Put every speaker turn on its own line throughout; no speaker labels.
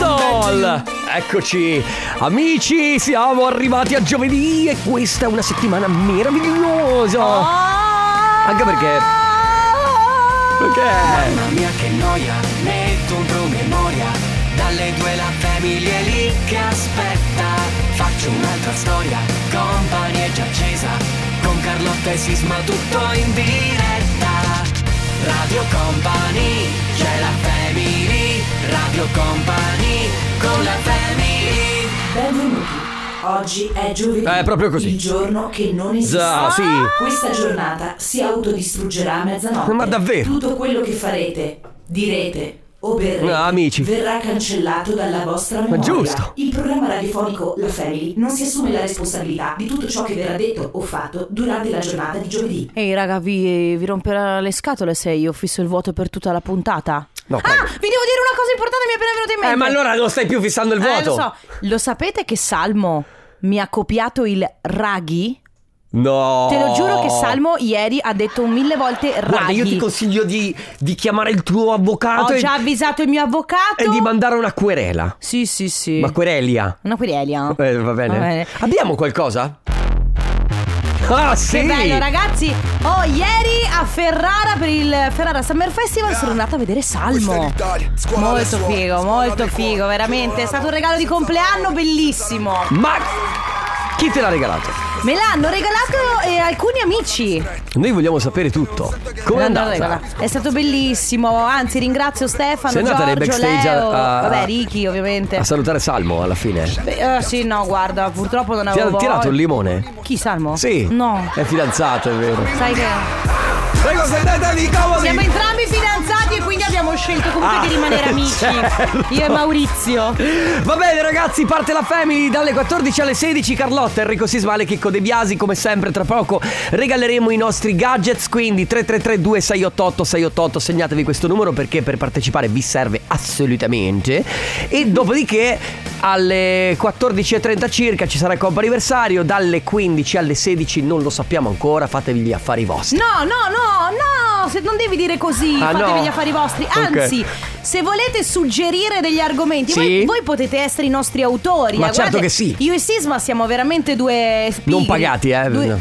Roll. Eccoci, amici, siamo arrivati a giovedì e questa è una settimana meravigliosa.
Ah!
Anche perché. Perché?
Mamma mia che noia, metto un promemoria Dalle due la famiglia è lì che aspetta Faccio un'altra storia, company è già accesa Con Carlotta e Sisma tutto in diretta Radio Company, c'è la family Radio Company, con la family
Benvenuti. Oggi è giovedì.
È Eh, proprio così.
Il giorno che non esiste. Ah!
Già, sì.
Questa giornata si autodistruggerà a mezzanotte.
Ma davvero?
Tutto quello che farete, direte o berrete
Ah, amici.
verrà cancellato dalla vostra memoria.
giusto.
Il programma radiofonico La Family non si assume la responsabilità di tutto ciò che verrà detto o fatto durante la giornata di giovedì.
Ehi raga, vi, vi romperà le scatole se io fisso il vuoto per tutta la puntata.
No,
ah, vi
prego.
devo dire una cosa importante, mi è appena venuta in mente.
Eh, ma allora non stai più fissando il
Eh,
voto?
lo so. Lo sapete che Salmo mi ha copiato il raghi?
No.
Te lo giuro che Salmo ieri ha detto mille volte raghi.
Oh. Guarda, io ti consiglio di, di chiamare il tuo avvocato
Ho
e,
già avvisato il mio avvocato.
e Eh, di mandare una querela.
Sì, sì, sì.
Ma querelia.
Una querelia.
Eh, va, bene.
Va bene.
Abbiamo qualcosa? Ah, sì.
Che bello ragazzi! Oh, ieri a Ferrara per il Ferrara Summer Festival sono andata a vedere Salmo. Molto figo, molto figo, veramente. È stato un regalo di compleanno bellissimo.
Ma chi te l'ha regalato?
Me l'hanno regalato eh, alcuni amici.
Noi vogliamo sapere tutto. Come
Me
è
l'hanno
andata?
regalato. È stato bellissimo. Anzi, ringrazio Stefano,
Sei andata
Giorgio,
nei backstage a-
Leo.
a-
Vabbè, Ricky, ovviamente.
A salutare Salmo alla fine. Ti
Beh, eh, sì, no, guarda, purtroppo non avevo
ha tirato
voglia.
il limone?
Chi Salmo?
Sì.
No.
È fidanzato, è vero.
Sai che
Prego, sedete lì,
siamo entrambi fidanzati e quindi abbiamo scelto comunque
Ah,
di rimanere amici.
certo.
Io e Maurizio.
Va bene ragazzi, parte la Family dalle 14 alle 16 Carlotta, Enrico Sismale, Chicco De Biasi Come sempre tra poco regaleremo i nostri gadgets Quindi 333 2688 688 Segnatevi questo numero perché per partecipare vi serve assolutamente E dopodiché alle 14.30 circa ci sarà il compo anniversario Dalle 15 alle 16 non lo sappiamo ancora Fatevi gli affari vostri
No, no, no, no, se non devi dire così,
Ah,
fatevi
no.
gli affari vostri.
Ok.
Anzi, se volete suggerire degli argomenti, voi,
Sì.
voi potete essere i nostri autori.
Ma
eh,
certo
guardate,
che sì.
Io e Sisma siamo veramente due spigri.
Non pagati, eh.
Due-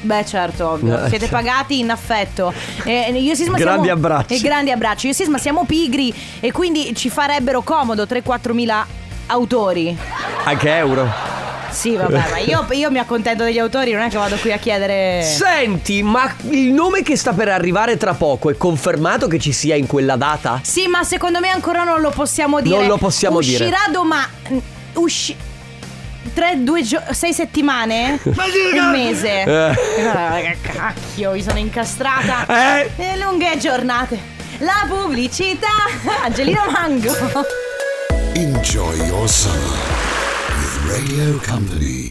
Beh certo, ovvio.
No,
siete
certo.
pagati in affetto. Eh, io e Sisma
Grandi
siamo...
abbracci.
E grandi abbracci. Io e Sisma siamo pigri e quindi ci farebbero comodo 3-4 mila autori.
Anche euro
Sì, vabbè, ma io, io mi accontento degli autori, non è che vado qui a chiedere...
Eh. Senti, ma il nome che sta per arrivare tra poco è confermato che ci sia in quella data?
Sì, ma secondo me ancora non lo possiamo dire.
Non lo possiamo
Uscirà
dire.
Uscirà domani. Usci. Tre, due giorni. Sei settimane? Un mese.
Eh.
Ah, che cacchio, mi sono incastrata.
Eh.
Eh, lunghe giornate. La pubblicità. Angelino Mango.
Enjoy your summer with Radio Company.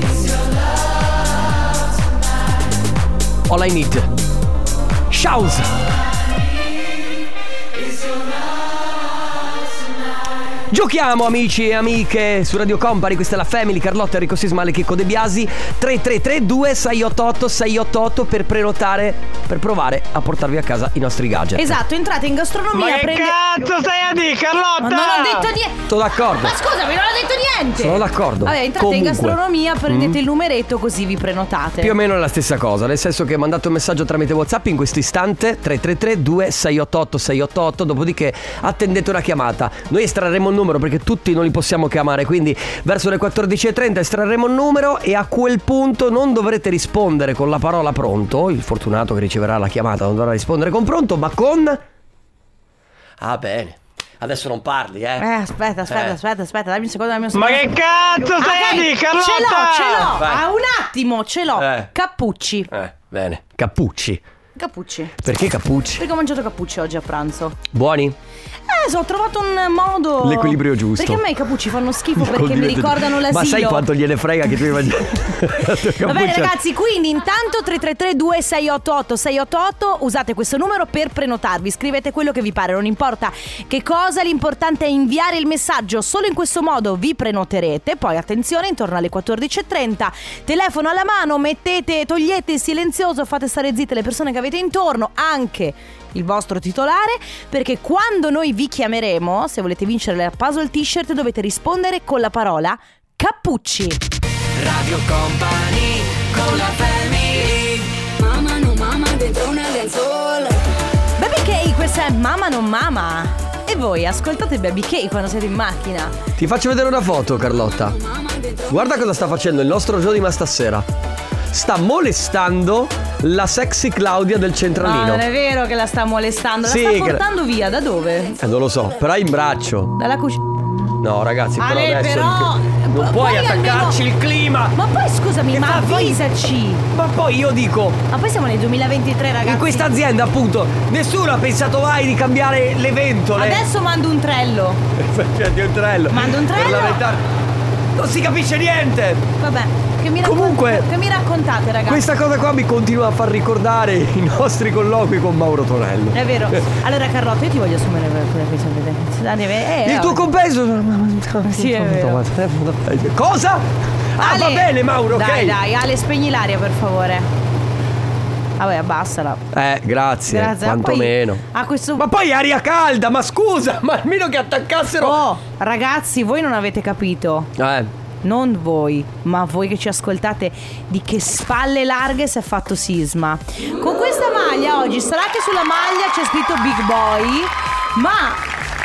All I need. Shouse. Giochiamo amici e amiche su Radio Company, questa è la Family, Carlotta, Enrico Sismale, Checco De Biasi, 3332 688 688 per prenotare, per provare a portarvi a casa i nostri gadget.
Esatto, entrate in gastronomia.
Ma che
prende-
cazzo stai a dire, Carlotta?
Ma non ho detto niente.
Sono d'accordo.
Ma scusami, non ho detto niente.
Sono d'accordo.
Vabbè, entrate in
Comunque. Mm?
gastronomia, prendete il numeretto così vi prenotate.
Più o meno è la stessa cosa, nel senso che mandate un messaggio tramite WhatsApp in questo istante 333 2688 688, dopodiché attendete una chiamata. Noi estrarremo il numero perché tutti non li possiamo chiamare, quindi verso le 14:30 estrarremo il numero e a quel punto non dovrete rispondere con la parola pronto, il fortunato che riceverà la chiamata non dovrà rispondere con pronto, ma con Ah, bene. Adesso non parli, eh.
Eh, aspetta, aspetta,
Eh.
aspetta, aspetta, dammi un secondo, dammi un
Ma
secondo.
che cazzo stai
Ah,
a dire,
dai,
Carlotta?
Ce l'ho, ce l'ho.
Vai.
Ah, un attimo, ce l'ho.
Eh.
Cappucci.
Eh, bene. Cappucci.
Cappucci.
Perché cappucci?
Perché ho mangiato cappucci oggi a pranzo?
Buoni?
Eh, so, ho trovato un modo.
L'equilibrio giusto.
Perché a me i cappucci fanno schifo perché mi
Condimento di-
ricordano l'asilo.
Ecco, Ma sai quanto gliene frega che tu hai mangiato?
Va bene ragazzi, quindi intanto 333-2688-688 usate questo numero per prenotarvi, scrivete quello che vi pare, non importa che cosa, l'importante è inviare il messaggio, solo in questo modo vi prenoterete, poi attenzione intorno alle 14.30, telefono alla mano, mettete, togliete il silenzioso, fate stare zitte le persone che avete intorno, anche il vostro titolare, perché quando noi vi chiameremo, se volete vincere la puzzle t-shirt, dovete rispondere con la parola Cappucci.
Radio Company con la family
Mamma no mamma dentro una lenzuola
Baby K, questa è Mama non Mama. E voi ascoltate Baby K quando siete in macchina.
Ti faccio vedere una foto, Carlotta. Guarda cosa sta facendo il nostro Jody ma stasera. Sta molestando la sexy Claudia del
No,
centralino.
non è vero che la sta molestando, la
Sì,
sta
che-
portando via, da dove?
Eh, non lo so, però è in braccio.
Dalla cucina.
No, ragazzi, però
Ale,
adesso.
però-
Non
pu-
puoi
puoi almeno-
attaccarci il clima!
Ma poi scusami,
Che
ma
fa- poi-
avvisaci!
Ma poi io dico,
Ma poi siamo nel 2023, ragazzi.
in questa azienda appunto, nessuno ha pensato mai di cambiare le ventole.
Adesso mando un trello.
Cioè, di un trello.
Manda un
Per
trello.
lamentar- Non si capisce niente!
Vabbè, che mi, raccon-
Comunque-
che mi raccontate, ragazzi?
Questa cosa qua mi continua a far ricordare i nostri colloqui con Mauro Tonello.
È vero. Allora, Carlotta, io ti voglio assumere per quella questione del- Dani, eh,
Il
eh,
tuo compenso?
Sì, è vero.
Cosa? Ah,
Ale!
va bene, Mauro,
Dai,
ok.
dai, Ale, spegni l'aria, per favore. Vabbè, abbassala.
Eh, grazie.
Grazie.
Quantomeno.
Poi, a questo
Ma poi aria calda, ma scusa, ma almeno che attaccassero.
Oh, ragazzi, voi non avete capito.
Eh.
Non voi, ma voi che ci ascoltate di che spalle larghe si è fatto sisma. Con questa maglia oggi sarà che sulla maglia c'è scritto Big Boy, ma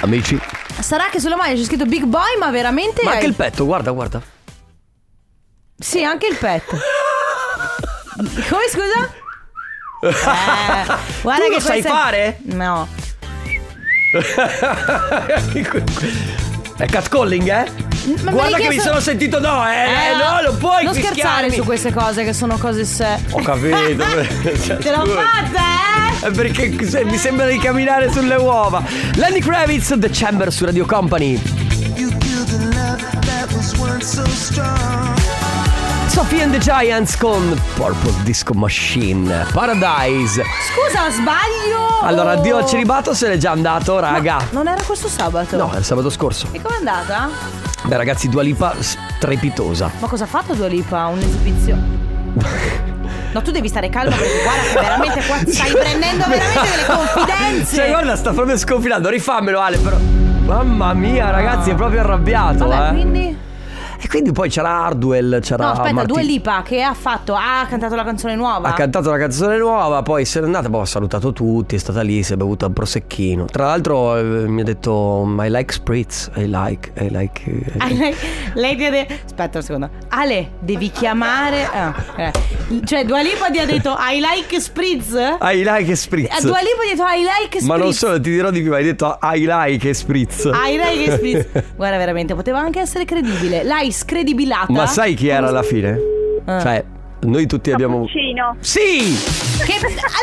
Amici,
sarà che sulla maglia c'è scritto Big Boy, ma veramente
ma
hai-
anche il petto, guarda, guarda.
Sì, anche il petto. Come scusa? Eh, guarda
Tu
che
lo sai
questa-
fare?
No.
È catcalling, eh? guarda
Ma me l'hai
che mi
chiesto-
sono sentito no, eh, eh, no, non puoi
Non scherzare
fischiarmi.
su queste cose che sono cose se.
Ho capito. Cioè,
Te l'ho fatta, eh?
È Perché se- mi sembra di camminare sulle uova. Lenny Kravitz, The Chamber su Radio Company. Sophie and the Giants con Purple Disco Machine Paradise.
Scusa, sbaglio.
Allora,
o-
addio al celibato, se n'è già andato, raga.
Non era questo sabato?
No, è il sabato scorso.
E com'è andata?
Beh, ragazzi, Dua Lipa strepitosa.
Ma cosa ha fatto Dua Lipa? Un esibizio. No, tu devi stare calmo perché guarda che veramente qua stai prendendo veramente delle confidenze.
Cioè, guarda, sta proprio sconfinando. Rifammelo, Ale, però. Mamma mia, ragazzi, è proprio arrabbiato,
Vabbè,
eh.
quindi
E quindi poi c'era Hardwell, c'era.
No, aspetta,
Martin-
Dua Lipa che ha fatto ha cantato la canzone nuova.
Ha cantato la canzone nuova, poi se n'è andata, poi ha salutato tutti, è stata lì, si è bevuta un prosecchino. Tra l'altro eh, mi ha detto I like spritz, I like, I like. eh." I like."
Lei- Lei ti ha detto Aspetta un secondo Ale devi chiamare ah, eh. Cioè Dua Lipa ti ha detto I like spritz A
I like Ah, spritz.
Dua Lipa ti ha detto I like Eh, spritz
Ma non solo, ti dirò di più, hai detto I like spritz.
I like spritz Guarda veramente poteva anche essere credibile L'hai scredibilata
Ma sai chi era alla fine?
Eh.
Cioè, noi tutti abbiamo.
Cappuccino.
Sì!
che,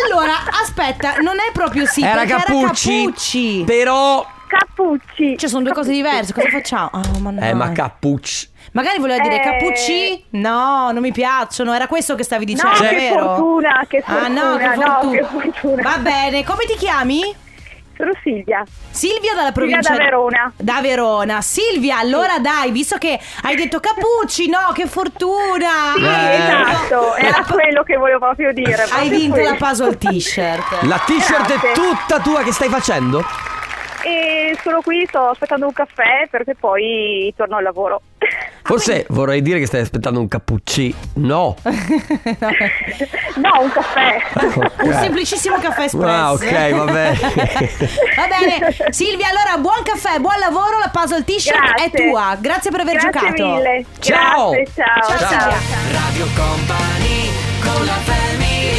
Allora aspetta Non è proprio sì
era
perché
Cappucci.
Era Cappucci
Però.
Cappucci.
Cioè sono due cose diverse Cosa facciamo? Ah, ma no.
Eh, ma Cappucci.
Magari voleva dire
Eh.
Cappucci No non mi piacciono Era questo che stavi
No,
dicendo
Cioè-
che
vero?
fortuna, che fortuna.
Ah no, che
no,
fortuna.
che fortuna.
Va bene, come ti chiami?
Sono Silvia.
Eh.
Silvia dalla provincia
da Verona.
Da Verona. Silvia, allora dai, visto che hai detto Cappucci, no, che fortuna!
Sì,
Eh.
esatto, era quello che volevo proprio dire.
Eh, Hai
proprio
vinto la
quello.
puzzle t-shirt.
La t-shirt è
Grazie.
tutta tua che stai facendo?
E sono qui, sto aspettando un caffè perché poi torno al lavoro.
Forse vorrei dire che stai aspettando un cappuccino. No.
No, un caffè.
Un semplicissimo caffè espresso.
Eh. Ah, ok, va bene.
va bene. Silvia, allora buon caffè, buon lavoro, la puzzle t-shirt
Grazie.
Cioè, è tua. Grazie per aver
Grazie
giocato.
mille.
Ciao.
Grazie,
Ciao,
ciao.
Silvia.
Radio Company con la family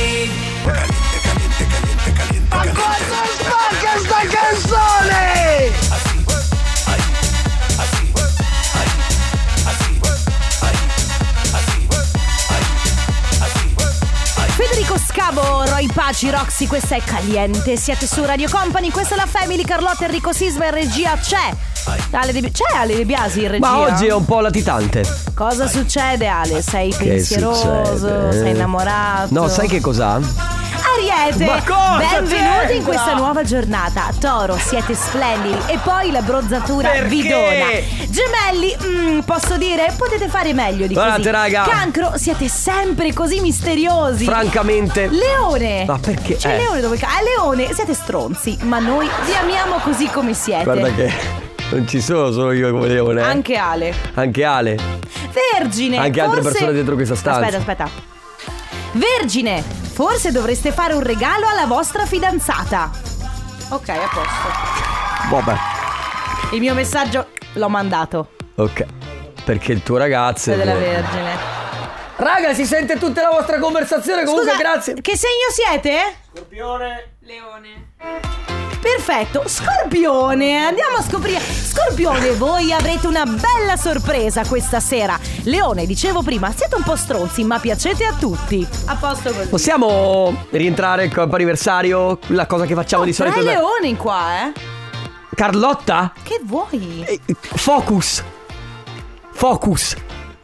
Federico Scavo, Roy Paci, Roxy, questa è Caliente, siete su Radio Company, questa è la Family, Carlotta, Enrico Sisma in regia c'è. Ale De... C'è Ale De Biasi in regia?
Ma oggi è un po' latitante.
Cosa succede Ale? Sei pensieroso,
succede? eh?
sei innamorato?
No, sai che cos'ha?
Ari Ariete,
Ma cosa
benvenuti
c'entra?
in questa nuova giornata. Toro, siete splendidi e poi la bronzatura
Perché?
vi dona. Gemelli, mm, posso dire, potete fare meglio di
Guardate,
così.
raga.
Cancro, siete sempre così misteriosi.
Francamente.
Leone!
Ma perché?
C'è
Eh.
Leone dove ca- Ah, Leone, siete stronzi, ma noi vi amiamo così come siete.
Guarda che non ci sono solo io come leone. eh.
Anche Ale.
Anche Ale.
Vergine!
Anche altre
forse-
persone dentro questa stanza.
Aspetta, aspetta. Vergine, forse dovreste fare un regalo alla vostra fidanzata. Ok, a posto.
Vabbè.
Il mio messaggio l'ho mandato.
Ok. Perché il tuo ragazzo.
Quello
è
della
vero.
Vergine.
Raga, si sente tutta la vostra conversazione. Comunque,
Scusa,
grazie.
Che segno siete? Perfetto, Scorpione, andiamo a scoprire. Scorpione, voi avrete una bella sorpresa questa sera. Leone, dicevo prima, siete un po' stronzi, ma piacete a tutti. A posto così.
Possiamo rientrare col anniversario? La cosa che facciamo di solito.
Tre leoni qua, eh?
Carlotta?
Che vuoi?
Eh, Focus. Focus.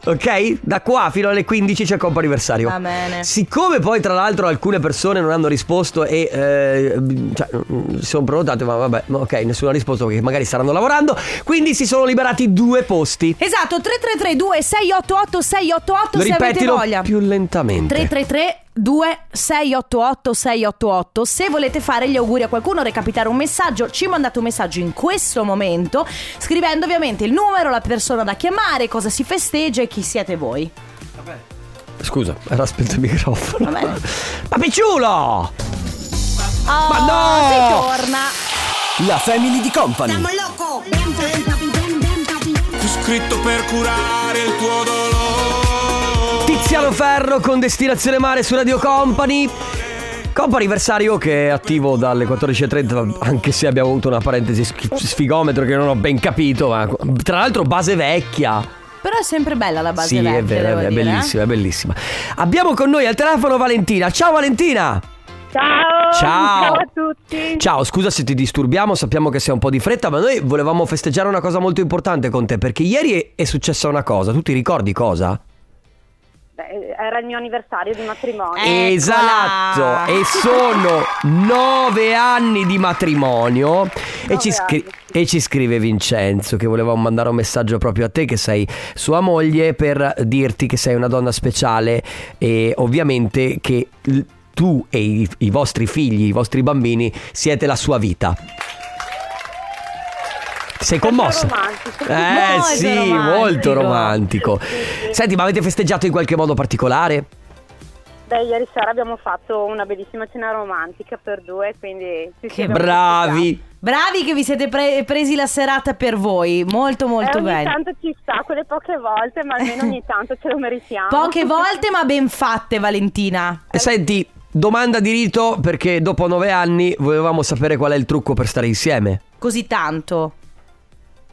Ok? Da qua fino alle 15 c'è il compo anniversario.
Va bene.
Siccome poi tra l'altro alcune persone non hanno risposto e eh, cioè, mm, si sono prenotate, ma vabbè, ma ok, nessuno ha risposto perché magari staranno lavorando, quindi si sono liberati due posti.
Esatto, 3332 688 688
Lo
se avete
ripetilo
voglia.
più lentamente.
333 2688 688 Se volete fare gli auguri a qualcuno Recapitare un messaggio Ci mandate un messaggio in questo momento Scrivendo ovviamente il numero La persona da chiamare Cosa si festeggia E chi siete voi
Scusa, era spento il microfono.
Va bene.
Ma picciulo!
Oh,
Ma no!
Si torna
La family di company.
Scritto per curare il tuo dolore.
Tiziano Ferro con Destinazione Mare su Radio Company. Compo anniversario che è attivo dalle 14.30, anche se abbiamo avuto una parentesi schi- sfigometro che non ho ben capito. Ma tra l'altro, base vecchia.
Però è sempre bella la base
sì,
vecchia
è vero,
devo
è
dire, eh.
bellissima, è bellissima. Abbiamo con noi al telefono Valentina. Ciao Valentina!
Oh, Ciao!
Ciao.
a tutti!
Ciao, scusa se ti disturbiamo, sappiamo che sei un po' di fretta, ma noi volevamo festeggiare una cosa molto importante con te, perché ieri è- è successa una cosa, tu ti ricordi cosa?
Beh, era il mio anniversario di matrimonio.
Eh. Eccola!
Esatto, e sono nove anni di matrimonio. E ci, scri-
anni.
e ci scrive Vincenzo che volevamo mandare un messaggio proprio a te, che sei sua moglie, per dirti che sei una donna speciale e ovviamente che l- tu e i, i vostri figli, i vostri bambini siete la sua vita. Sei commossa?
romantico.
Eh
Molto
sì,
romantico.
molto romantico. Senti, ma avete festeggiato in qualche modo particolare?
Beh, ieri sera abbiamo fatto una bellissima cena romantica per due, quindi ci siamo
Bravi!
Bravi che vi siete pre- presi la serata per voi Molto molto
divertiti. Eh, ogni
bene
tanto ci sta, quelle poche volte, ma almeno ogni tanto ce lo meritiamo.
Poche volte ma ben fatte Valentina
E Eh, Senti, domanda di rito perché dopo nove anni volevamo sapere qual è il trucco per stare insieme.
Così tanto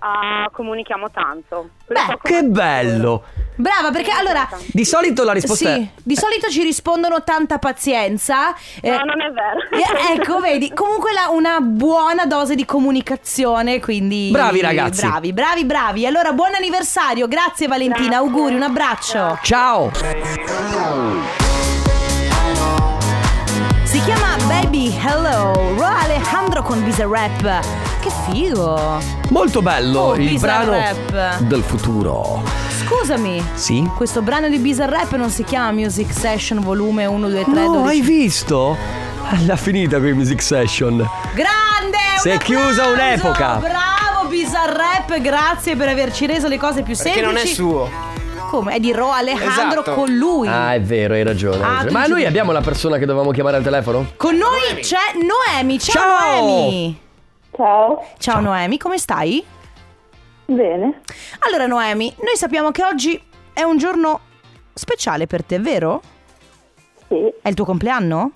Ah, comunichiamo tanto.
Beh,
Poco-
Eh, Che bello!
Brava perché allora
Di solito la risposta
Sì,
è...
di solito ci rispondono tanta pazienza. eh,
No, non è vero.
eh, ecco, vedi, comunque la- una buona dose di comunicazione, quindi...
Bravi, ragazzi.
Bravi, bravi, bravi. Allora, buon anniversario, grazie Valentina,
Grazie.
auguri, un abbraccio.
Ciao!
Si chiama Baby Hello, Ro Alejandro con Visa Rap. Che figo.
Molto bello
Oh,
il
Bizarre
brano
Rap.
del futuro.
Scusami.
Sì?
Questo brano di Bizarre Rap non si chiama Music Session volume 1, 2, 3,
No,
12.
hai visto? L'ha finita qui Music Session.
Grande! un
Si è chiusa
applauso!
un'epoca.
Bravo Bizarrap, grazie per averci reso le cose più semplici. Come? È di Ro Alejandro con lui.
Ah, è vero, hai ragione. hai
Ah,
ragione.
tu
Ma
ci-
noi abbiamo la persona che dovevamo chiamare al telefono?
Con noi c'è Noemi. Ciao,
Ciao!
Noemi.
Ciao.
Ciao Noemi, come stai?
Bene.
Allora Noemi, noi sappiamo che oggi è un giorno speciale per te, vero?
Sì,
È il tuo compleanno?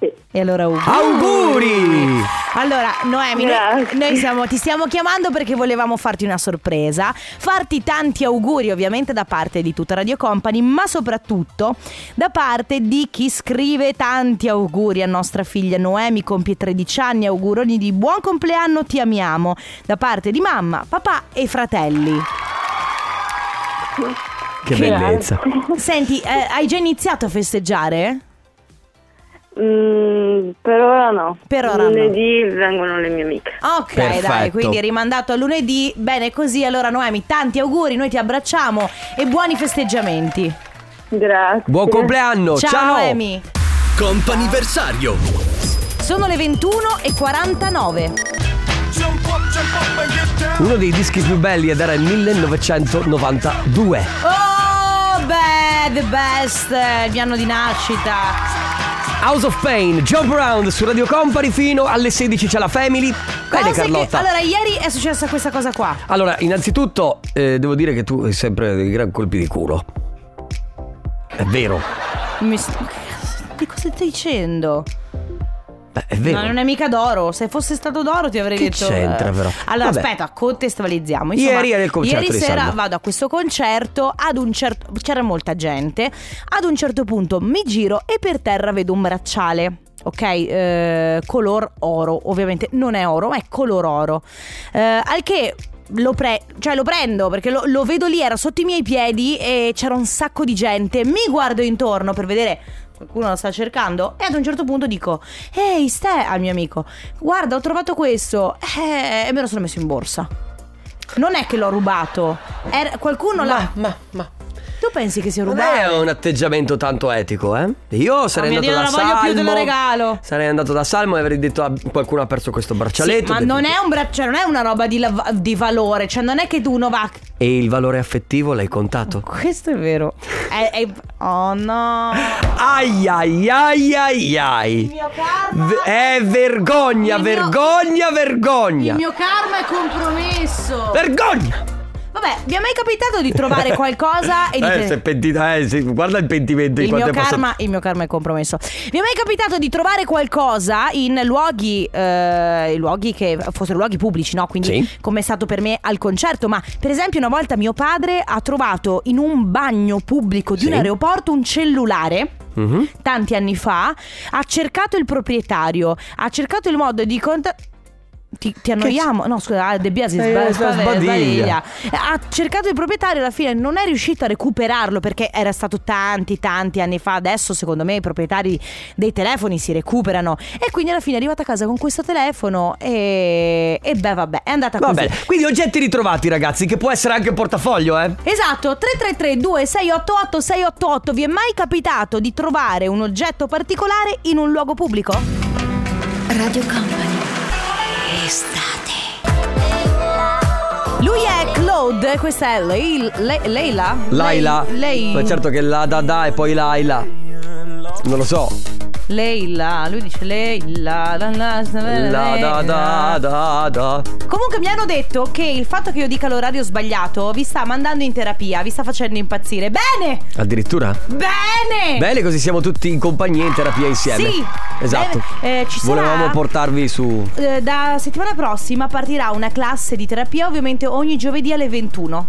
sì.
E allora auguri.
Auguri!
Allora, Noemi, noi,
Grazie.
noi siamo- ti stiamo chiamando perché volevamo farti una sorpresa, farti tanti auguri ovviamente da parte di tutta Radio Company, ma soprattutto da parte di chi scrive tanti auguri a nostra figlia Noemi, compie 13 anni, auguroni di buon compleanno, ti amiamo, da parte di mamma, papà e fratelli.
Che bellezza.
Senti, eh, hai già iniziato a festeggiare?
Mm, per ora no.
Per ora no.
Lunedì vengono le mie amiche.
Ok, dai,
Perfetto.
quindi è rimandato a lunedì. Bene così, allora Noemi, tanti auguri, noi ti abbracciamo e buoni festeggiamenti.
Grazie.
Buon compleanno, ciao!
Noemi.
Comp'anniversario
Sono le 21 e 49.
Uno dei dischi più belli ed era il 1992.
Oh, beh, the best, eh, il mio anno di nascita.
House of Pain, Jump Around su Radio Company fino alle 16 c'è la Family. Bene
Cose che-
Carlotta.
allora, ieri è successa questa cosa qua.
Allora, innanzitutto eh, devo dire che tu hai sempre dei gran colpi di culo. È vero.
Mi s- ma che cazzo- Di cosa stai dicendo?
Beh, è vero.
No, non è mica d'oro. Se fosse stato d'oro ti avrei
Che
detto.
c'entra,
eh.
però?
Allora,
Vabbè.
aspetta, contestualizziamo. Diciamo, Insomma,
Ieri era il concerto
Ieri
di
sera
Salmo.
vado a questo concerto. Ad un certo. C'era molta gente. Ad un certo punto mi giro e per terra vedo un bracciale. Ok, eh, color oro, ovviamente non è oro, ma è color oro. Eh, al che lo, pre- cioè lo prendo perché lo, lo vedo lì, era sotto i miei piedi e c'era un sacco di gente. Mi guardo intorno per vedere qualcuno lo sta cercando e ad un certo punto dico: Ehi, Ste, al mio amico, guarda, ho trovato questo eh, e me lo sono messo in borsa. Non è che l'ho rubato, era- qualcuno l'ha.
ma, ma.
Tu pensi che sia
Non è
rubato?
un atteggiamento tanto etico, eh? Io sarei
mio
andato da
Ah, Dio, non la
Salmo.
voglio più, te la regalo.
Sarei andato da Salmo e avrei detto a qualcuno ha perso questo
Sì,
braccialetto.
ma
Ho detto-
non è un bra- cioè, non è una roba di, lav- di valore, cioè non è che tu uno va.
E il valore affettivo l'hai contato?
Questo è vero. È- è- Oh no.
Ai ai ai ai ai.
mio karma.
Ve- eh, vergogna,
Il mio-
vergogna, vergogna.
Il mio karma è compromesso.
Vergogna!
Vabbè, vi è mai capitato di trovare qualcosa e di
eh,
te-
se pentita- eh, sì, guarda il pentimento di
Il mio,
quanto è passato.
karma, il mio karma è compromesso. Vi è mai capitato di trovare qualcosa in luoghi, eh, luoghi che fossero luoghi pubblici, no? Quindi,
Sì.
come è stato per me al concerto. Ma, per esempio, una volta mio padre ha trovato in un bagno pubblico di un
Sì.
aeroporto un cellulare.
Mhm.
Tanti anni fa ha cercato il proprietario, ha cercato il modo di contattare. Ti, ti annoiamo? No, scusa, ah, De Biasi
Eh,
sba-
sba-
sba-
sbadiglia.
sbadiglia. Ha cercato il proprietario, alla fine non è riuscito a recuperarlo perché era stato tanti, tanti anni fa. Adesso, secondo me, i proprietari dei telefoni si recuperano. E quindi alla fine è arrivata a casa con questo telefono e. E beh, vabbè, è andata
Va
così.
bene, quindi oggetti ritrovati ragazzi, che può essere anche un portafoglio, eh?
Esatto, 333 2688 688 Vi è mai capitato di trovare un oggetto particolare in un luogo pubblico?
Radio Company. Estate.
Lui è Claude, questa è Lei- Le- Leila?
Laila.
Lei-
Ma
Lei-
certo che la da da e poi Laila. Non lo so.
Leila, lui dice Leila. La, la,
La da da da da.
Comunque mi hanno detto che il fatto che io dica l'orario sbagliato vi sta mandando in terapia, vi sta facendo impazzire. Bene!
Addirittura?
Eh. Bene!
Bene, così siamo tutti in compagnia in terapia insieme.
Sì.
Esatto.
Eh, eh, ci sarà-
Volevamo portarvi su
Eh, Da settimana prossima partirà una classe di terapia, ovviamente ogni giovedì alle 21.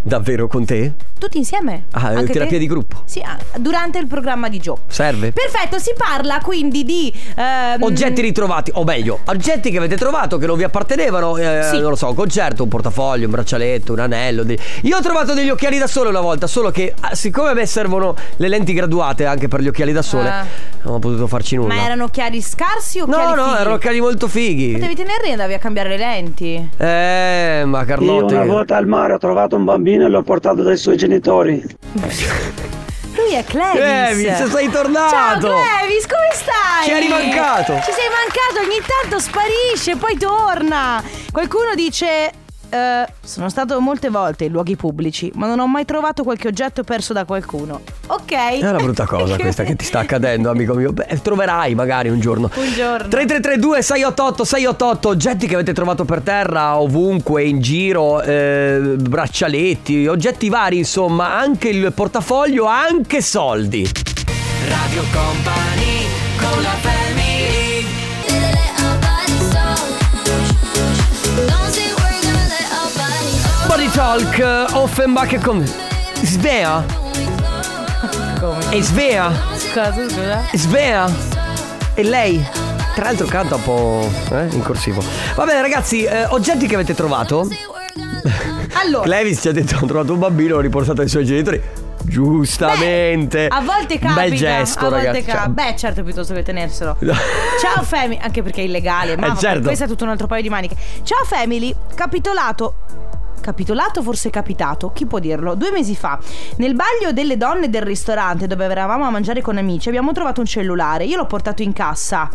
davvero con te?
Tutti insieme?
Ah, eh,
Anche
terapia
te?
di gruppo.
Sì, ah, durante il programma di Joe.
Serve?
Perfetto, si parla quindi di ehm,
Oggetti ritrovati, o meglio, oggetti che avete trovato che non vi appartenevano, eh,
Sì.
non lo so, un concerto, un portafoglio, un braccialetto, un anello. dei- Io ho trovato degli occhiali da sole una volta, solo che ah, siccome a me servono le lenti graduate anche per gli occhiali da sole,
Ah.
non ho potuto farci nulla.
Ma erano chiari scarsi o
No,
chiari
no,
fighi?
erano occhiali molto fighi.
Potevi tenere e andavi a cambiare le lenti.
Eh, ma Carlotta.
Io una volta al mare ho trovato un bambino e l'ho portato dai suoi genitori.
Lui è Clevis.
Clevis, sei tornato.
Ciao Clevis, come stai?
Ci eri mancato.
Ci sei mancato, ogni tanto sparisce, poi torna. Qualcuno dice... eh, sono stato molte volte in luoghi pubblici, ma non ho mai trovato qualche oggetto perso da qualcuno. Ok.
È una brutta cosa questa che ti sta accadendo, amico mio. Beh, troverai magari un giorno.
Un giorno.
3332 688 688 oggetti che avete trovato per terra, ovunque, in giro, eh, braccialetti, oggetti vari, insomma, anche il portafoglio, anche soldi.
Radio Company con la family
Body Talk, eh, Offenbach e con Svea.
Come?
E Svea.
Cosa, scusa?
Svea e lei. Tra l'altro canta un po' eh, in corsivo. Va bene ragazzi, eh, oggetti che avete trovato?
Allora,
Clevis ci ha detto ho trovato un bambino, l'ho riportato ai suoi genitori. Giustamente.
A volte
Un
capita.
Bel gesto,
a volte
ragazzi.
ca-
Cioè,
Beh, certo, piuttosto che tenerselo. Ciao Family, anche perché è illegale, ma
Eh,
vabbè,
certo.
questo è tutto un altro paio di maniche. Ciao Family, capitolato. Capitolato, forse capitato, chi può dirlo? Due mesi fa, nel baglio delle donne del ristorante dove eravamo a mangiare con amici, abbiamo trovato un cellulare. Io l'ho portato in cassa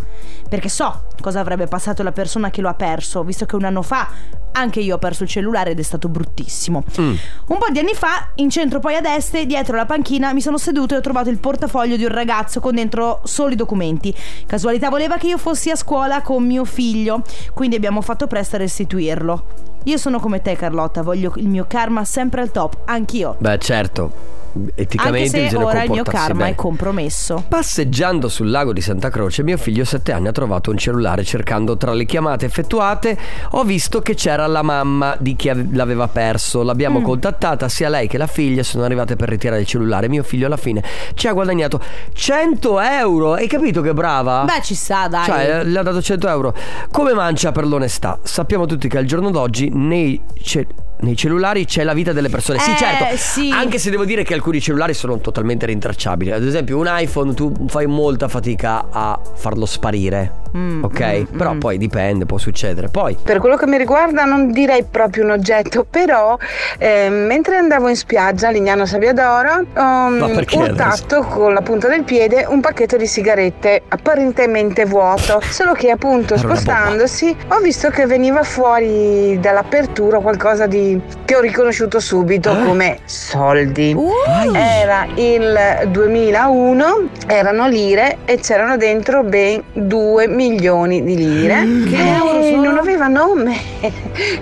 perché so cosa avrebbe passato la persona che lo ha perso, visto che un anno fa anche io ho perso il cellulare ed è stato bruttissimo.
Mm.
Un po' di anni fa, in centro poi ad est, dietro la panchina, mi sono seduto e ho trovato il portafoglio di un ragazzo con dentro solo i documenti. Casualità voleva che io fossi a scuola con mio figlio, quindi abbiamo fatto presto a restituirlo. Io sono come te Carlotta, voglio il mio karma sempre al top, anch'io.
Beh, certo.
Anche
Eticamente
se
bisogna
ora il mio
comportarsi
karma è
bene.
compromesso.
Passeggiando sul lago di Santa Croce, mio figlio 7 anni ha trovato un cellulare cercando tra le chiamate effettuate, ho visto che c'era la mamma di chi ave- l'aveva perso. L'abbiamo contattata, sia lei che la figlia sono arrivate per ritirare il cellulare. Mio figlio alla fine ci ha guadagnato 100 euro. Hai capito che brava?
Beh, ci sta, dai.
Cioè, le ha dato 100 euro. Come mancia per l'onestà? Sappiamo tutti che al giorno d'oggi nei, ce- nei cellulari c'è la vita delle persone. sì,
Eh,
certo.
sì.
Anche se devo dire che alcuni cellulari sono totalmente rintracciabili. Ad esempio, un iPhone tu fai molta fatica a farlo sparire.
Mm,
ok?
mm,
Però
mm.
poi dipende, può succedere. Poi.
Per quello che mi riguarda non direi proprio un oggetto, però eh, mentre andavo in spiaggia a Lignano Sabbiadoro
Ma
ho
perché
urtato con la punta del piede un pacchetto di sigarette apparentemente vuoto, solo che appunto
Era una bomba.
spostandosi ho visto che veniva fuori dall'apertura qualcosa di che ho riconosciuto subito
Ah.
come soldi.
Uh,
Era il 2001, erano lire e c'erano dentro ben 2 milioni di lire.
Mm.
Che
E
euro sono?
non aveva nome.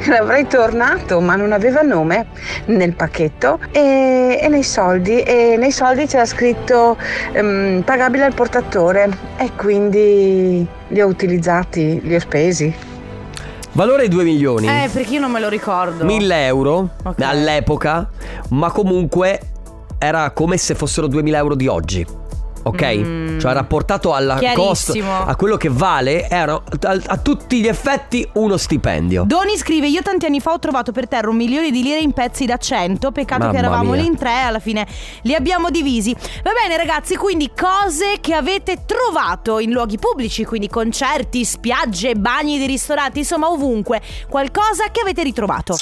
L'avrei tornato, ma non aveva nome nel pacchetto e, e nei soldi. E nei soldi c'era scritto ehm, pagabile al portatore. E quindi li ho utilizzati, li ho spesi.
Valore 2 milioni.
eh, perché io non me lo ricordo.
1000 euro
Esatto. Ok.
all'epoca, ma comunque era come se fossero 2000 euro di oggi. Ok?
Mm.
Cioè rapportato alla costo,
Chiarissimo.
a quello che vale, era a, a tutti gli effetti uno stipendio.
Doni scrive: Io tanti anni fa ho trovato per terra un milione di lire in pezzi da 100. Peccato che
Mamma
eravamo
mia.
lì in tre, alla fine li abbiamo divisi. Va bene, ragazzi, quindi cose che avete trovato in luoghi pubblici, quindi concerti, spiagge, bagni di ristoranti, insomma, ovunque. Qualcosa che avete ritrovato.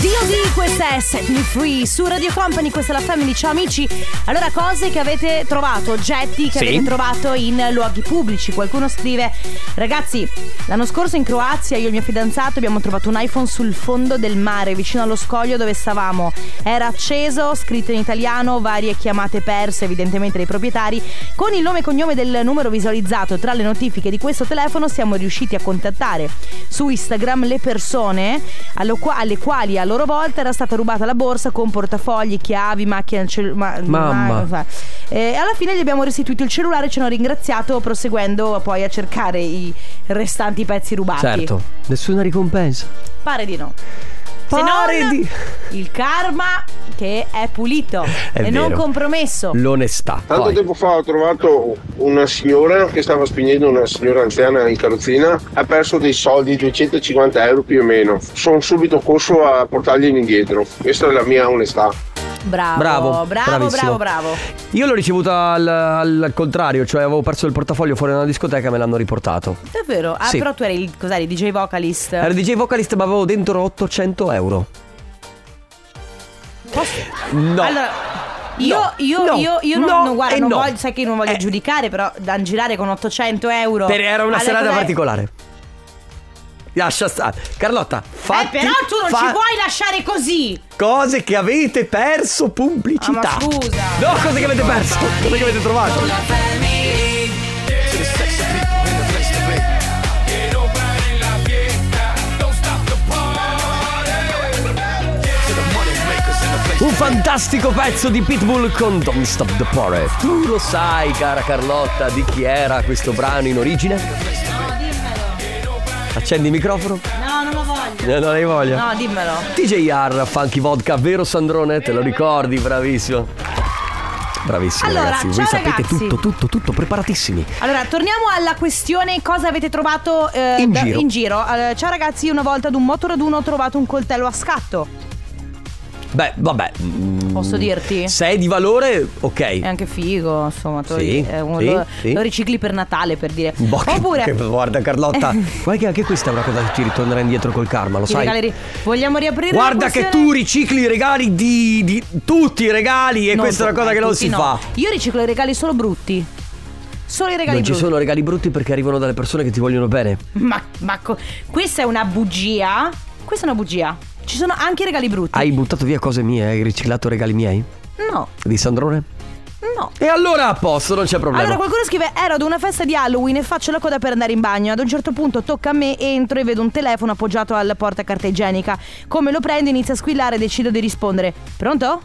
DOD, questa è Set Me Free su Radio Company, questa è la Family, ciao amici. Allora, cose che avete trovato, oggetti che
Sì.
avete trovato in luoghi pubblici. Qualcuno scrive, ragazzi, l'anno scorso in Croazia io e il mio fidanzato abbiamo trovato un iPhone sul fondo del mare, vicino allo scoglio dove stavamo. Era acceso, scritto in italiano, varie chiamate perse, evidentemente dai proprietari. Con il nome e cognome del numero visualizzato tra le notifiche di questo telefono siamo riusciti a contattare su Instagram le persone allo qua- alle quali a loro volta era stata rubata la borsa con portafogli, chiavi, macchina, cell- ma-
Mamma.
ma- e alla fine gli abbiamo restituito il cellulare e ci hanno ringraziato proseguendo poi a cercare i restanti pezzi rubati.
Certo, nessuna ricompensa.
Pare di no.
Pare
Se non
di-
il karma che è pulito
È
e non
vero.
compromesso.
L'onestà.
Tanto
Poi.
tempo fa ho trovato una signora che stava spingendo una signora anziana in carrozzina, ha perso dei soldi, 250 euro più o meno. Sono subito corso a portarglieli indietro. Questa è la mia onestà.
Bravo,
Bravo,
bravo, bravo,
bravissimo.
bravo.
Io l'ho ricevuta al, al contrario, cioè avevo perso il portafoglio fuori da una discoteca e me l'hanno riportato.
Davvero? Ah,
Sì.
però tu eri il cos'eri, DJ vocalist.
Ero DJ vocalist ma avevo dentro 800 euro. No.
Allora, io,
No,
io,
no,
io, io non,
no
non- guarda,
e
non
no.
voglio, sai che io non voglio
Eh.
giudicare, però da girare con 800 euro.
Per- era una
Alle
serata
cose- Eh,
particolare. Lascia stare. Carlotta,
Eh,
fatti
però tu non
fa-
ci puoi lasciare così.
Cose che avete perso pubblicità.
Ah, ma scusa.
No, cose che avete perso. Cose che avete trovato. Un fantastico pezzo di Pitbull con Don't Stop the Party. Tu lo sai, cara Carlotta, di chi era questo brano in origine? Accendi il microfono?
No, non lo voglio.
Eh, Non hai voglia?
No, dimmelo.
DJR Funky Vodka, vero Sandrone? Te lo ricordi, bravissimo. Bravissimi
Allora,
ragazzi, voi
ciao,
sapete
ragazzi.
tutto, tutto, tutto, preparatissimi.
Allora, torniamo alla questione cosa avete trovato eh,
In
da-
giro.
in giro. Eh, ciao ragazzi, io una volta ad un motoraduno ho trovato un coltello a scatto.
Beh, vabbè. mm,
Posso dirti?
Se è di valore, ok.
È anche figo, insomma, tu-
Sì,
eh, un-
sì,
lo,
sì.
lo ricicli per Natale per dire.
Boh, che-
Oppure
che- guarda Carlotta, guarda che anche questa è una cosa che ti ritornerà indietro col karma, lo
Ti
sai?
regaleri- Vogliamo riaprire
Guarda
la
che
questione?
tu ricicli i regali di, di tutti i regali e
Non
questa è una
tu-
cosa
eh,
che non
tutti
si
no.
fa.
Io riciclo i regali solo brutti. Solo i regali
Non ci
brutti.
sono regali brutti perché arrivano dalle persone che ti vogliono bene.
Ma, ma co- questa è una bugia? Questa è una bugia. Ci sono anche i regali brutti.
Hai buttato via cose mie, hai riciclato regali miei?
No,
Di Sandrone?
no.
E allora a posto, non c'è problema.
Allora qualcuno scrive Ero ad una festa di Halloween e faccio la coda per andare in bagno Ad un certo punto tocca a me Entro e vedo un telefono appoggiato alla porta carta igienica Come lo prendo inizio a squillare e decido di rispondere Pronto?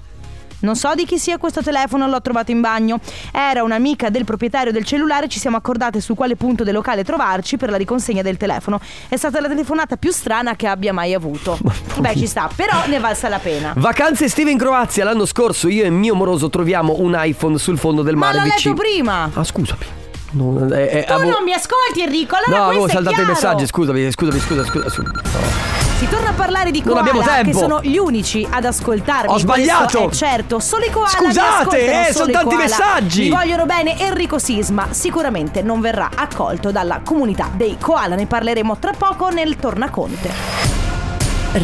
Non so di chi sia questo telefono, l'ho trovato in bagno. Era un'amica del proprietario del cellulare, ci siamo accordate su quale punto del locale trovarci per la riconsegna del telefono. È stata la telefonata più strana che abbia mai avuto. Beh, ci sta, però ne è valsa la pena.
Vacanze estive in Croazia l'anno scorso io e mio moroso troviamo un iPhone sul fondo del
Ma
mare
l'ho
vicino.
letto prima.
Ah, scusami. Non, eh, eh,
Tu
avevo-
non mi ascolti Enrico, allora
No, avevo
questo è
saltato i
chiaro.
messaggi, scusami, scusami, scusa, scusa. scusa.
Si torna a parlare di
Non
koala
abbiamo tempo.
che sono gli unici ad ascoltarmi.
Ho
Questo
sbagliato.
è certo, solo i koala
Scusate,
mi ascoltano,
eh,
solo
sono
i
tanti
koala.
messaggi.
Mi vogliono bene Enrico Sisma, sicuramente non verrà accolto dalla comunità dei koala, ne parleremo tra poco nel Tornaconte.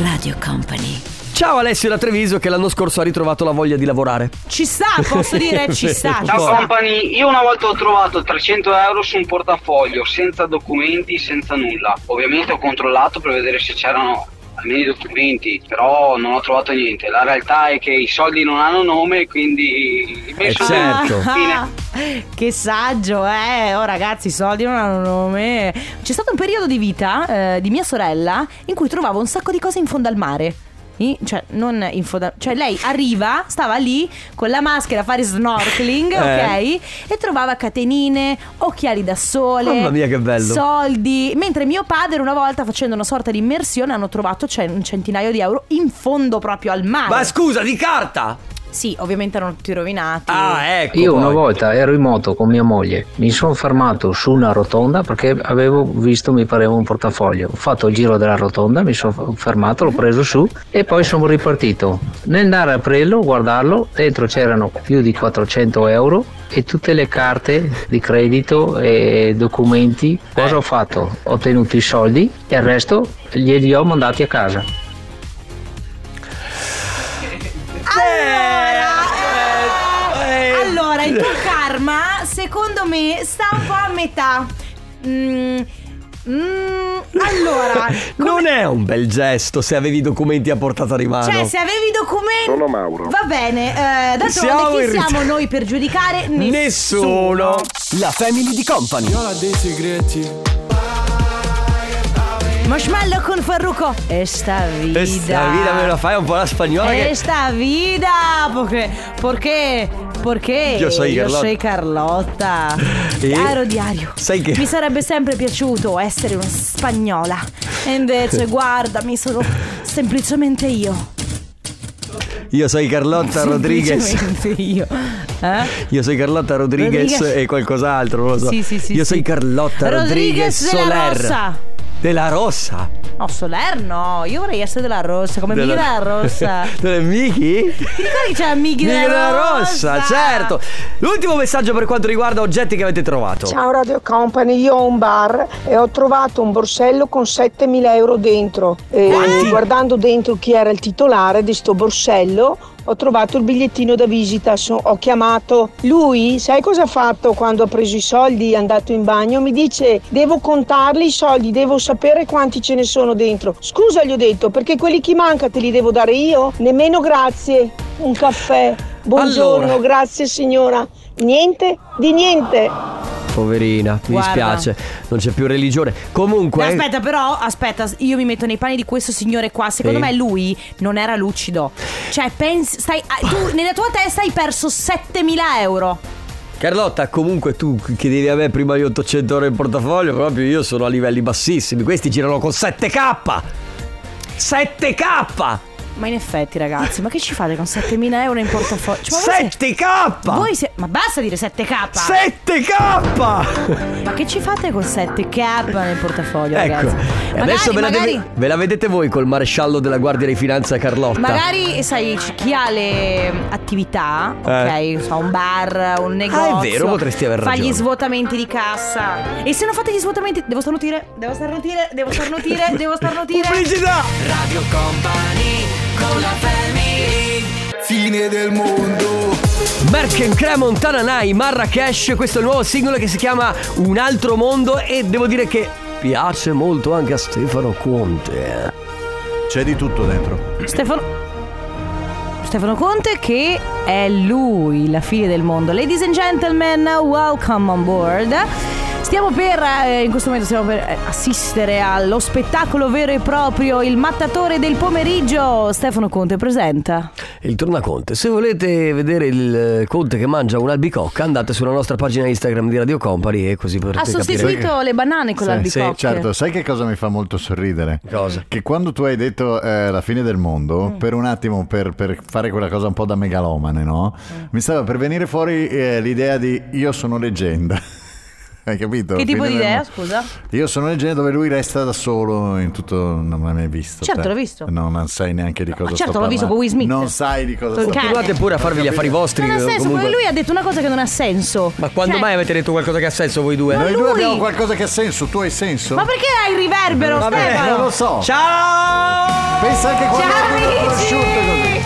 Radio Company.
Ciao Alessio da Treviso che l'anno scorso ha ritrovato la voglia di lavorare.
Ci sta, posso dire, ci sta, ci
Ciao
sta.
company, io una volta ho trovato 300 euro su un portafoglio senza documenti, senza nulla. Ovviamente ho controllato per vedere se c'erano almeno i documenti, però non ho trovato niente. La realtà è che i soldi non hanno nome, quindi...
certo.
Ah, che saggio, eh! Oh, ragazzi, i soldi non hanno nome. C'è stato un periodo di vita eh, di mia sorella in cui trovavo un sacco di cose in fondo al mare. I- cioè, non in fondo al- cioè, lei arriva, stava lì con la maschera a fare snorkeling,
Eh.
ok? E trovava catenine, occhiali da sole.
Mamma mia, che bello.
Soldi. Mentre mio padre, una volta facendo una sorta di immersione, hanno trovato cen- un centinaio di euro in fondo proprio al mare.
Ma scusa, di carta!
sì, ovviamente erano tutti rovinati.
Ah, ecco.
Io
poi.
una volta ero in moto con mia moglie, mi sono fermato su una rotonda perché avevo visto, mi pareva un portafoglio. Ho fatto il giro della rotonda, mi sono fermato, l'ho preso su e poi sono ripartito. Nell'andare a aprirlo, guardarlo, dentro c'erano più di 400 euro e tutte le carte di credito e documenti.
Eh.
Cosa ho fatto? Ho tenuto i soldi e il resto glieli ho mandati a casa.
Allora,
eh,
allora, il tuo karma, secondo me, sta un po' a metà. Mm, mm, allora,
Non è un bel gesto se avevi i documenti a portata di mano.
cioè, se avevi i documenti.
Sono Mauro.
Va bene, eh, d'altronde
Siamo
chi
in rit-
siamo noi per giudicare?
Nessuno. La family di company.
dei segreti.
Marshmallow con Ferrucco. Esta vida.
Questa vita me la fai un po' la spagnola che...
Esta vida, porque, porque, porque
Io soy Carlotta.
soy Carlotta.
E-
Caro diario,
Sai che-
mi sarebbe sempre piaciuto essere una spagnola. E invece, guardami, sono semplicemente io.
Io sono Carlotta Rodriguez.
Eh, Semplicemente io. Eh?
Io sono Carlotta Rodriguez,
Rodriguez.
e qualcos'altro, non lo so.
Sì, sì, sì,
Io
sì.
sono Carlotta Rodriguez,
Rodriguez della
Soler.
Rossa.
Della Rossa.
No, Soler no, io vorrei essere della rossa, come
Della-
Miki della rossa.
Della Miki?
Ti ricordi che c'era Miki
Miki
della,
della
rossa?
Rossa, certo. L'ultimo messaggio per quanto riguarda oggetti che avete trovato.
Ciao Radio Company, io ho un bar e ho trovato un borsello con 7000 euro dentro. E guardando dentro chi era il titolare di sto borsello, ho trovato il bigliettino da visita. So- ho chiamato lui, sai cosa ha fatto quando ha preso i soldi? È andato in bagno, mi dice: Devo contarli i soldi, devo sapere quanti ce ne sono dentro. Scusa, gli ho detto, perché quelli che manca te li devo dare io? Nemmeno grazie. Un caffè. Buongiorno,
Allora.
grazie signora. Niente di niente.
Poverina, mi
Guarda.
dispiace. Non c'è più religione. Comunque.
Aspetta, però, aspetta, io mi metto nei panni di questo signore qua. Secondo
Sì.
me lui non era lucido. Cioè, pensi, stai, ah, tu nella tua testa hai perso 7000 euro.
Carlotta, comunque tu chiedevi a me prima di 800 euro in portafoglio, proprio io sono a livelli bassissimi. Questi girano con 7K. 7K.
Ma in effetti, ragazzi, ma che ci fate con 7.000 euro in portafoglio? Cioè, ma voi siete-
7K!
Voi se- ma basta dire 7K!
7K!
Ma che ci fate con 7K nel portafoglio,
Ecco,
ragazzi?
e adesso ve la, deve-
magari,
ve la vedete voi col maresciallo della Guardia di Finanza Carlotta.
magari, sai, c- chi ha le attività,
Eh. Ah,
ok? So, un bar, un negozio.
vero, potresti aver
Fa
ragione.
gli svuotamenti di cassa. E se non fate gli svuotamenti, devo starnutire, devo starnutire, devo starnutire, devo starnutire.
Pubblicità!
Radio Company con la family
Fine del mondo. Merck Cremon Tananai Marrakesh, questo è il nuovo singolo che si chiama Un altro mondo e devo dire che piace molto anche a Stefano Conte.
C'è di tutto dentro.
Stefano. Stefano Conte che è lui, la fine del mondo. Ladies and gentlemen, welcome on board. Stiamo per, eh, in questo momento stiamo per eh, assistere allo spettacolo vero e proprio, il mattatore del pomeriggio. Stefano Conte presenta.
Il Tornaconte. Se volete vedere il eh, Conte che mangia un'albicocca, andate sulla nostra pagina Instagram di Radio Company e così potrete
Ha sostituito le banane con
Sì,
l'albicocche.
certo, sai che cosa mi fa molto sorridere? Che quando tu hai detto eh, la fine del mondo,
Mm.
per un attimo, per, per fare quella cosa un po' da megalomane, no?
Mm.
Mi stava per venire fuori eh, l'idea di io sono leggenda. Hai capito?
Che tipo
Fine
di
del
idea,
mondo.
scusa?
Io sono leggenda dove lui resta da solo in tutto. Non l'hai mai visto.
Certo,
te.
l'ho visto.
No, non sai neanche di cosa
certo,
sto
l'ho visto
parlando.
con Will Smith.
Non sai di cosa
Col
sto
cane.
Continuate pure a farvi gli affari vostri.
Non ha
eh,
senso,
comunque.
lui ha detto una cosa che non ha senso.
Ma quando
Cioè,
mai avete detto qualcosa che ha senso voi due?
Noi
lui.
due abbiamo qualcosa che ha senso, tu hai senso?
Ma perché hai il riverbero,
Va bene,
Stefano?
non lo so.
Ciao!
Pensa anche quando l'abbiamo conosciuto così.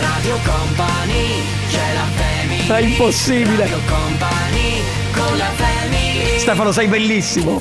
Radio Company c'è la family
È impossibile.
Radio Company con la family
Stefano, sei bellissimo.